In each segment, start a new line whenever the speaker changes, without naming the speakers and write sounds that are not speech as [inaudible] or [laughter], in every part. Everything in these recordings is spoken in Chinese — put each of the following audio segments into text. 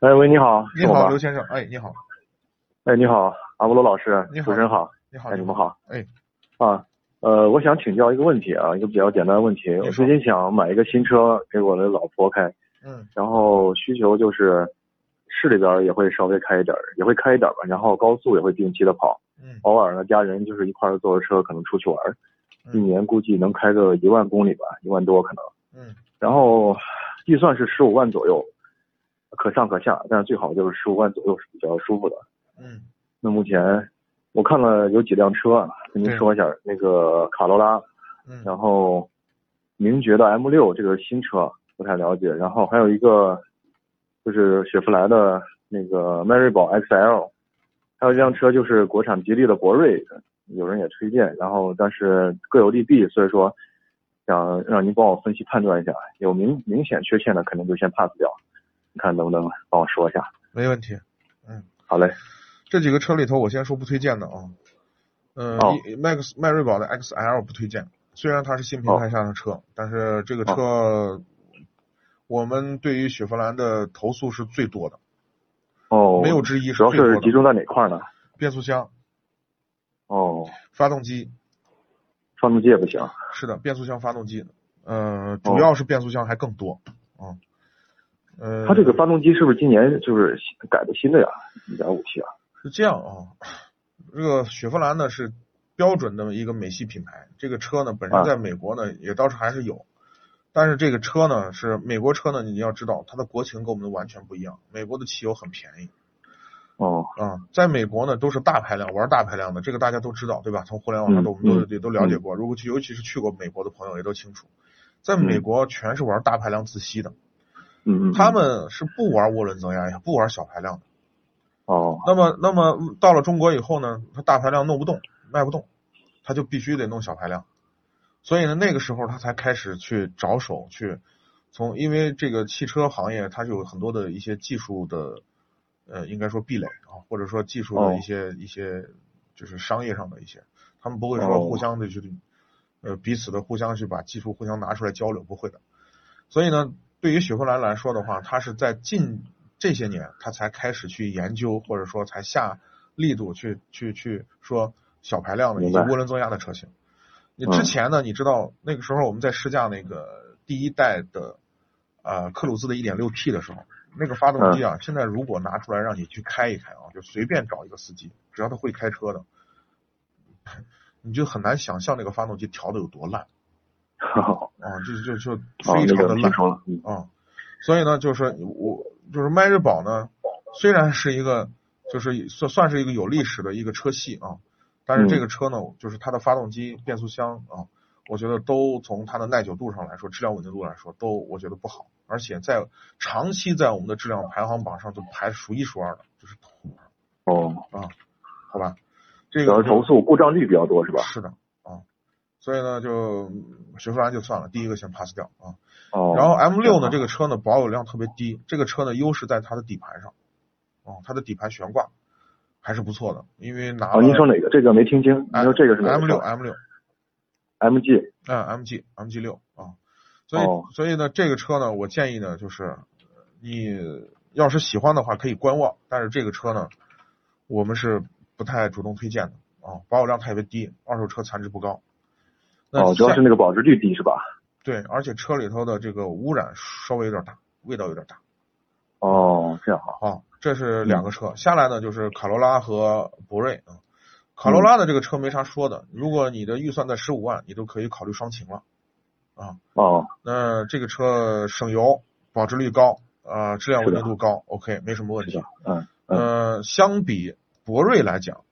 哎，喂，你好，
你
是我
好，
吧
刘先生，哎，你好，
哎，你好，阿波罗老师，
你好
主持人好，
你好，
哎，你们好
哎，
啊，呃，我想请教一个问题啊，一个比较简单的问题，
说
我最近想买一个新车给我的老婆开，
嗯
然后需求就是市里边也会稍微开一点儿，也会开一点儿吧，然后高速也会定期的跑，
嗯
偶尔呢家人就是一块儿坐着车可能出去玩儿，
嗯
一年估计能开个一万公里吧，一万多可能，
嗯
然后预算是十五万左右，可上可下，但是最好就是十五万左右是比较舒服的。
嗯
那目前我看了有几辆车，啊，跟您
对
说一下，那个卡罗拉，
嗯
然后名爵的 M 六这个新车啊不太了解，然后还有一个就是雪佛兰的那个迈锐宝 XL，还有一辆车就是国产吉利的博瑞，有人也推荐，然后但是各有利弊，所以说想让您帮我分析判断一下，有明明显缺陷的肯定就先 pass 掉，你看能不能帮我说一下？
没问题。
好嘞，
这几个车里头，我先说不推荐的啊，嗯
哦
一，Max 迈锐宝的 XL 不推荐，虽然它是新
哦
平台下的车，但是这个车我们对于雪佛兰的投诉是最多的，
哦，
没有之一，
主要
最多
是集
的。
中在哪块儿呢？
变速箱、
哦，
发动机，
发动机也不行。
是的，变速箱、发动机，呃，
哦
主要是变速箱还更多啊，呃，
它这个发动机是不是今年就是改的新的呀？一点五 T 啊？
是这样啊，这个雪佛兰呢是标准的一个美系品牌，这个车呢本身
啊
在美国呢、也倒是还是有，但是这个车呢是美国车呢，你要知道它的国情跟我们的完全不一样，美国的汽油很便宜
哦，
啊、在美国呢都是大排量玩大排量的，这个大家都知道对吧？从互联网上
嗯
都、我
嗯
们都也都了解过，如果去尤其是去过美国的朋友也都清楚，在美国全是玩大排量自吸的，
嗯嗯，
他们是不玩涡轮增压也不玩小排量的。 [laughs]
哦，
那么，那么嗯到了中国以后呢，它大排量弄不动，卖不动，它就必须得弄小排量。所以呢，那个时候他才开始去着手去从，因为这个汽车行业它是有很多的一些技术的，呃，应该说壁垒啊，或者说技术
哦
的一些、一些就是商业上的一些，他们不会说
哦
互相的去，呃，彼此的互相去把技术互相拿出来交流，不会的。所以呢，对于雪佛兰来说的话，它是在近这些年，它才开始去研究，或者说才下力度去去去说小排量的以
明
及
白
涡轮增压的车型。你
嗯
之前呢，你知道那个时候我们在试驾那个第一代的呃克鲁兹的 1.6T 的时候，那个发动机
嗯
啊，现在如果拿出来让你去开一开啊，就随便找一个司机，只要他会开车的，你就很难想象那个发动机调的有多烂
哦，
啊，就就就
那
非常
个
的
听
烂。
说了，嗯
啊、所以呢，就是我就是迈锐宝呢，虽然是一个就是算算是一个有历史的一个车系啊，但是这
嗯
个车呢，就是它的发动机、变速箱啊，我觉得都从它的耐久度上来说，质量稳定度来说，都我觉得不好，而且在长期在我们的质量排行榜上都排数一数二的，就是
哦，
好吧？这
主要
个
是投诉故障率比较多是吧？
是的啊，所以呢，就嗯雪佛兰就算了，第一个先 pass 掉啊。
哦，
然后 M 六呢，这
个
个车呢保有量特别低，这个车呢优势在它的底盘上，哦，它的底盘悬挂还是不错的，因为拿哎
哦，您说哪个？这个没听清，您说这个是哪
啊 M
个
六 M 六，
？MG
嗯 MG MG 六啊，所以、
哦
所以呢这个车呢，我建议呢就是你要是喜欢的话可以观望，但是这个车呢我们是不太主动推荐的啊，保有量特别低，二手车残值不高。那
哦，主要
下
是那个保值率低是吧？
对，而且车里头的这个污染稍微有点大，味道有点大。
哦，这样啊，
啊，这是两个车。下来呢就是卡罗拉和博瑞啊。卡罗拉的这个车没啥说的，如果你的预算在十五万，你都可以考虑双擎了啊。
哦，
那这个车省油，保值率高，啊，质量稳定度高，OK，没什么问
是
题
的。，嗯
呃，相比博瑞来讲，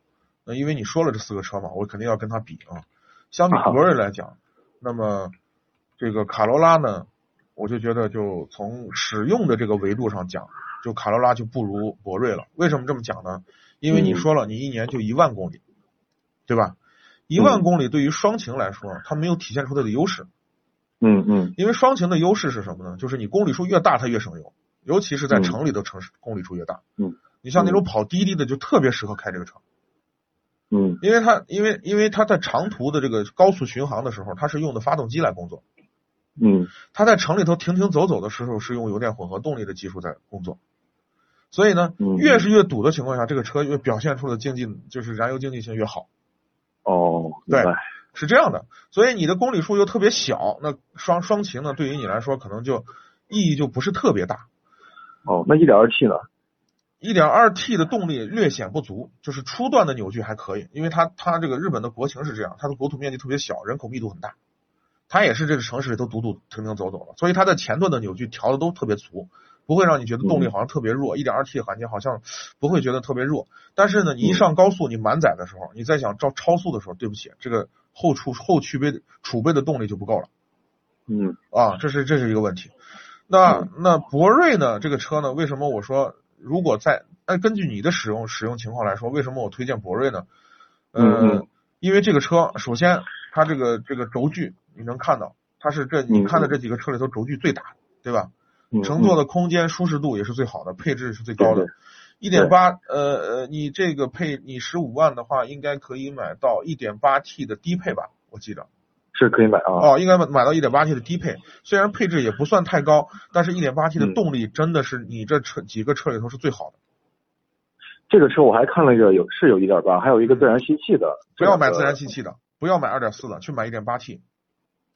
那因为你说了这四个车嘛，我肯定要跟它比啊。相比博瑞来讲，那么这个卡罗拉呢，我就觉得就从使用的这个维度上讲，就卡罗拉就不如博瑞了。为什么这么讲呢？因为你
嗯
说了，你一年就一万公里，对吧？一万公里对于双擎来说，它没有体现出它的优势。
嗯嗯
因为双擎的优势是什么呢？就是你公里数越大，它越省油，尤其是在城里的城市，公里数越大。
嗯，
你像那种跑滴滴的，就特别适合开这个车，
嗯
因为它因为因为它在长途的这个高速巡航的时候，它是用的发动机来工作；
嗯
它在城里头停停走走的时候，是用油电混合动力的技术在工作。所以呢，
嗯
越是越堵的情况下，这个车越表现出的经济就是燃油经济性越好。
哦，明白，
是这样的，所以你的公里数又特别小，那双双擎呢，对于你来说可能就意义就不是特别大。
哦，那一点二 T 呢？
1.2T 的动力略显不足，就是初段的扭矩还可以，因为它它这个日本的国情是这样，它的国土面积特别小，人口密度很大，它也是这个城市里头堵堵停停走走了，所以它的前段的扭矩调的都特别足，不会让你觉得动力好像特别弱。1.2T 环境好像不会觉得特别弱，但是呢，你一上高速，你满载的时候，你再想照超速的时候，对不起，这个后储后储备的储备的动力就不够了。
嗯
啊，这是这是一个问题。那
嗯
那博瑞呢？这个车呢？为什么我说如果在呃根据你的使用使用情况来说，为什么我推荐博瑞呢？呃，
嗯嗯
因为这个车首先它这个这个轴距你能看到，它是这你
嗯
看的
嗯
这几个车里头轴距最大的，对吧？
嗯，
乘坐的空间舒适度也是最好的，配置是最高
对
的。一点八，呃呃，你这个配你十五万的话，应该可以买到一点八 T 的低配吧？我记得。
是可以买啊。
哦，应该买买到 1.8T 的低配，虽然配置也不算太高，但是 1.8T 的
嗯
动力真的是你这车几个车里头是最好的。
这个车我还看了一个有是有一点八，还有一个自然吸气的。
嗯不要买自然吸气的，不要买2.4的，去买 1.8T。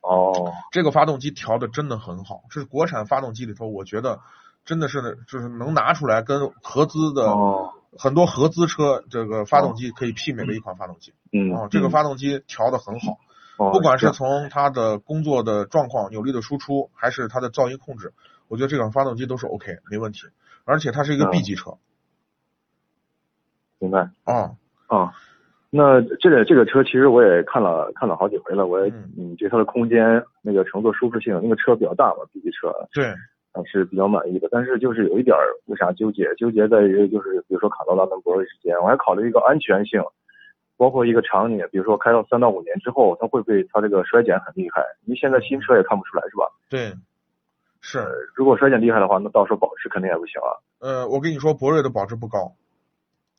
哦，
这个发动机调的真的很好，这是国产发动机里头，我觉得真的是就是能拿出来跟合资的、
哦，
很多合资车这个发动机可以媲美的一款发动机。
嗯，
哦，这个发动机调的很好。
嗯，
不管
哦
是从它的工作的状况、扭力的输出，还是它的噪音控制，我觉得这款发动机都是 OK，没问题。而且它是一个
嗯
B 级车
明白
啊，
啊。那这个这个车其实我也看了看了好几回了，我也
嗯
嗯对它的空间、那个乘坐舒适性，那个车比较大嘛，B 级车
对，
还是比较满意的。但是就是有一点儿为啥纠结？纠结在于就是比如说卡罗拉跟博瑞之间，我还考虑一个安全性，包括一个场景，比如说开到三到五年之后，它会不会它这个衰减很厉害？因为现在新车也看不出来是吧？
对，是。
如果衰减厉害的话，那到时候保值肯定也不行啊。
呃，我跟你说，博瑞的保值不高，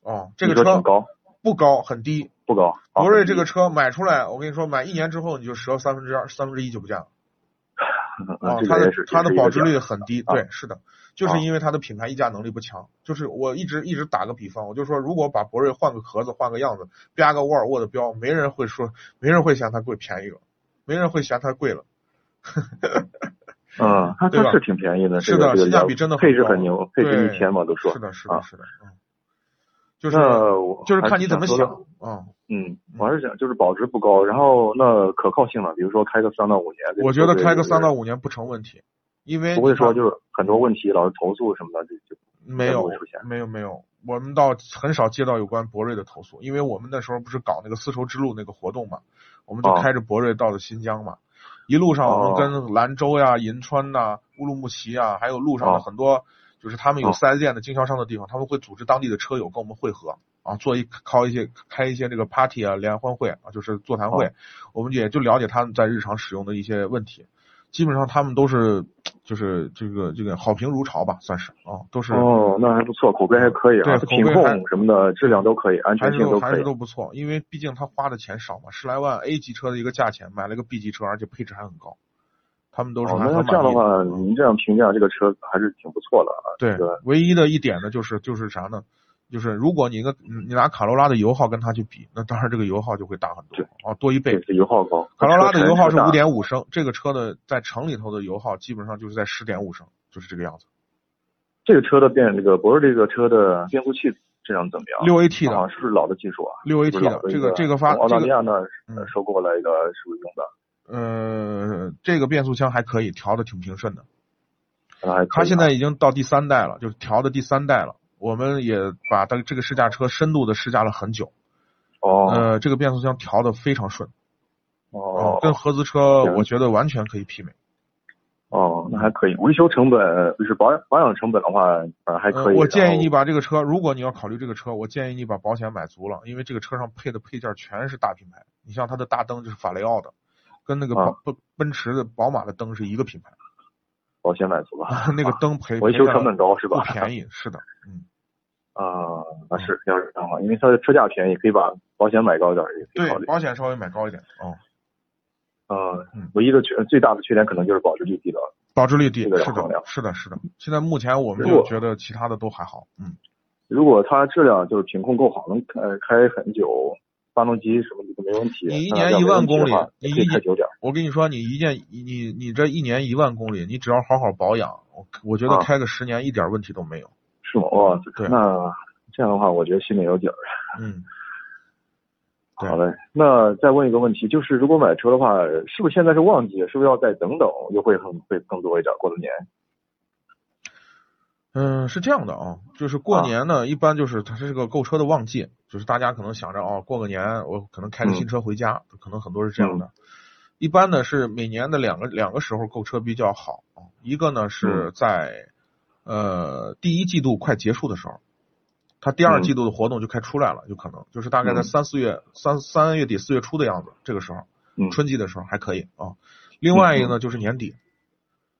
哦，这个
你说
车
挺高
不高，很低。
不高？啊
博瑞这个车买出来，我跟你说，买一年之后你就折三分之二、三分之一就不见了。
嗯
啊，
[laughs] 这
它
个
的
也是
它
也
的
是一个
保值
点
率很低，
啊
对，是的，就是
啊
因为它的品牌溢价能力不强。就是我一直一直打个比方，我就说，如果把博瑞换个壳子，换个样子，标个沃尔沃的标，没人会说，没人会嫌它贵便宜了，没人会嫌它贵了。
嗯，它
对
它
吧
是挺便宜的，
是
这个
的
这个
性价
料
比真的很
配置
高
很牛，配置
对
一千嘛都说
是。的，是
啊
的，是的，嗯，就是
那我
就是
还
看你怎么
说
想
到。
嗯，
嗯，我还是想就是保值不高，然后那可靠性呢？比如说开个三到五年，
我觉得开个三到
五，
五年不成问题，因为
不会
你看
说就是很多问题老是投诉什么的，这就
没
在
有
路出现，
没有，没有，我们倒很少接到有关博瑞的投诉，因为我们那时候不是搞那个丝绸之路那个活动嘛，我们就
哦
开着博瑞到了新疆嘛，一路上我们
哦
跟兰州呀、银川呐、乌鲁木齐呀，还有路上
哦
的很多就是他们有
哦
四 S 店的经销商的地方，他们会组织当地的车友跟我们会合啊，做一开一些开一些这个 party 啊、联欢会啊，就是座谈
哦
会，我们也就了解他们在日常使用的一些问题。基本上他们都是，就是这个这个好评如潮吧，算是啊，都是
哦，那还不错，口碑还可以啊，
对口
品
碑还
控什么的质量都可以，安
还
全
是
性
都还
可
是
以。
都不错，因为毕竟他花的钱少嘛，十来万 A 级车的一个价钱买了个 B 级车，而且配置还很高，他们都是
哦，
还
那要
很满意
这样的话，
嗯
您这样评价这个车还是挺不错的啊。
对
这个，
唯一的一点呢，就是就是啥呢？就是如果你一个你拿卡罗拉的油耗跟它去比，那当然这个油耗就会大很多
对
啊，多一倍
这。是油耗高，
卡罗拉的油耗是
车
五
大
点五升，这个车的在城里头的油耗基本上就是在十点五升，就是这个样子。
这个车的变这个博瑞这个车的变速器质量怎么样？
六 AT
啊，
的，
是不是老的技术啊？
六 AT
是不是
的
老，
这
一个
这个发
从澳大
这
利
个
亚那儿呃
嗯
收购来一个是不是用的？
呃这个变速箱还可以，调的挺平顺的。
看来还可以啊
它现在已经到第三代了，就是调的第三代了。我们也把它这个试驾车深度的试驾了很久，
哦
呃，这个变速箱调的非常顺，嗯
哦
跟合资车
行
我觉得完全可以媲美。
哦，那还可以。维修成本就是保养保养成本的话，反正还可以。啊
呃我建议你
然后
把这个车，如果你要考虑这个车，我建议你把保险买足了，因为这个车上配的配件全是大品牌。你像它的大灯就是法雷奥的，跟那个
啊
宝奔、奔驰的、宝马的灯是一
[laughs]
个品牌，
保险买足了，
啊那个灯赔
维修成本
本
高是吧？
不便宜，
[laughs]
是的，嗯，
啊，那是要是这样的话，因为它的车价便宜，可以把保险买高点儿，也可以考
对，
虑。
保险稍微买高一点，哦，
呃
嗯，
唯一的缺最大的缺点可能就是保值率低了。
保值率低，
这个要
是
衡量
的，是的，是的。现在目前我们
如果
就觉得其他的都还好，嗯，
如果它质量就是品控够好，能开开很久，发动机什么的都没问题。
你一
那要
年一
没问
万
题的
公里
话，
你
也可以
一
开久点儿。
我跟你说，你一件你你你这一年一万公里，你只要好好保养，我我觉得
啊
开个十年一点问题都没有，
是吗？哇，
嗯对
那这样的话，我觉得心里有底儿。
嗯。对
好嘞，那再问一个问题，就是如果买车的话，是不是现在是旺季？是不是要再等等，优惠很会更多一点？过了年
嗯，是这样的啊，就是过
啊
年呢，一般就是它是个购车的旺季，就是大家可能想着哦，过个年我可能开个
嗯
新车回家，可能很多是这样的。一般呢是每年的两个两个时候购车比较好，啊一个呢
嗯
是在、呃第一季度快结束的时候，它第二
嗯
季度的活动就开出来了，有可能就是大概在
嗯
三四月、三三月底四月初的样子，这个时候，
嗯
春季的时候还可以啊。另外一个呢就是年底，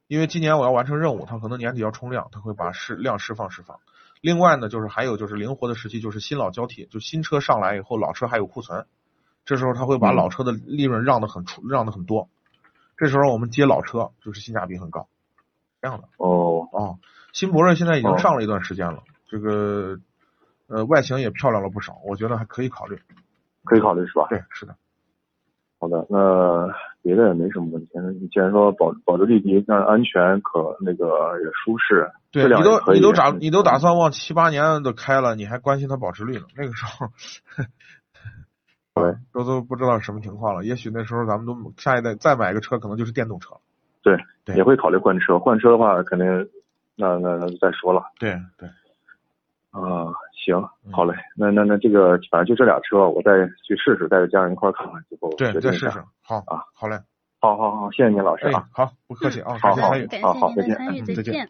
因为今年我要完成任务，它可能年底要冲量，它会把释量释放释放。另外呢，就是还有就是灵活的时期，就是新老交替，就新车上来以后，老车还有库存，这时候它会把
嗯
老车的利润让的很出，让的很多。这时候我们接老车就是性价比很高，这样的
哦，
哦。新博瑞现在已经
哦
上了一段时间了，这个呃外形也漂亮了不少，我觉得还可以考虑。
可以考虑是吧？
对，是的，
好的，那别的也没什么问题。你既然说保保值率低，但安全可那个也舒适，
对
质量
你
也
都
可以
你都打
嗯
你都打算往七八年的开了，你还关心它保值率呢？那个时候
对
都都不知道什么情况了。也许那时候咱们都下一代再买个车，可能就是电动车了。对
也会考虑换车。换车的话，肯定那那那再说了。
对对，
啊、行，
嗯
好嘞，那那那这个反正就这俩车，我再去试试，带着家人一块儿看看，最后
对，
决
你
定
再
一下
试试。。好
啊，
好嘞，
好好好，谢谢您老师
哎
啊。，
好，不客气啊，
好
感谢
好
参与。
感
好好
谢您
再
的
见
参与，
嗯再见
见。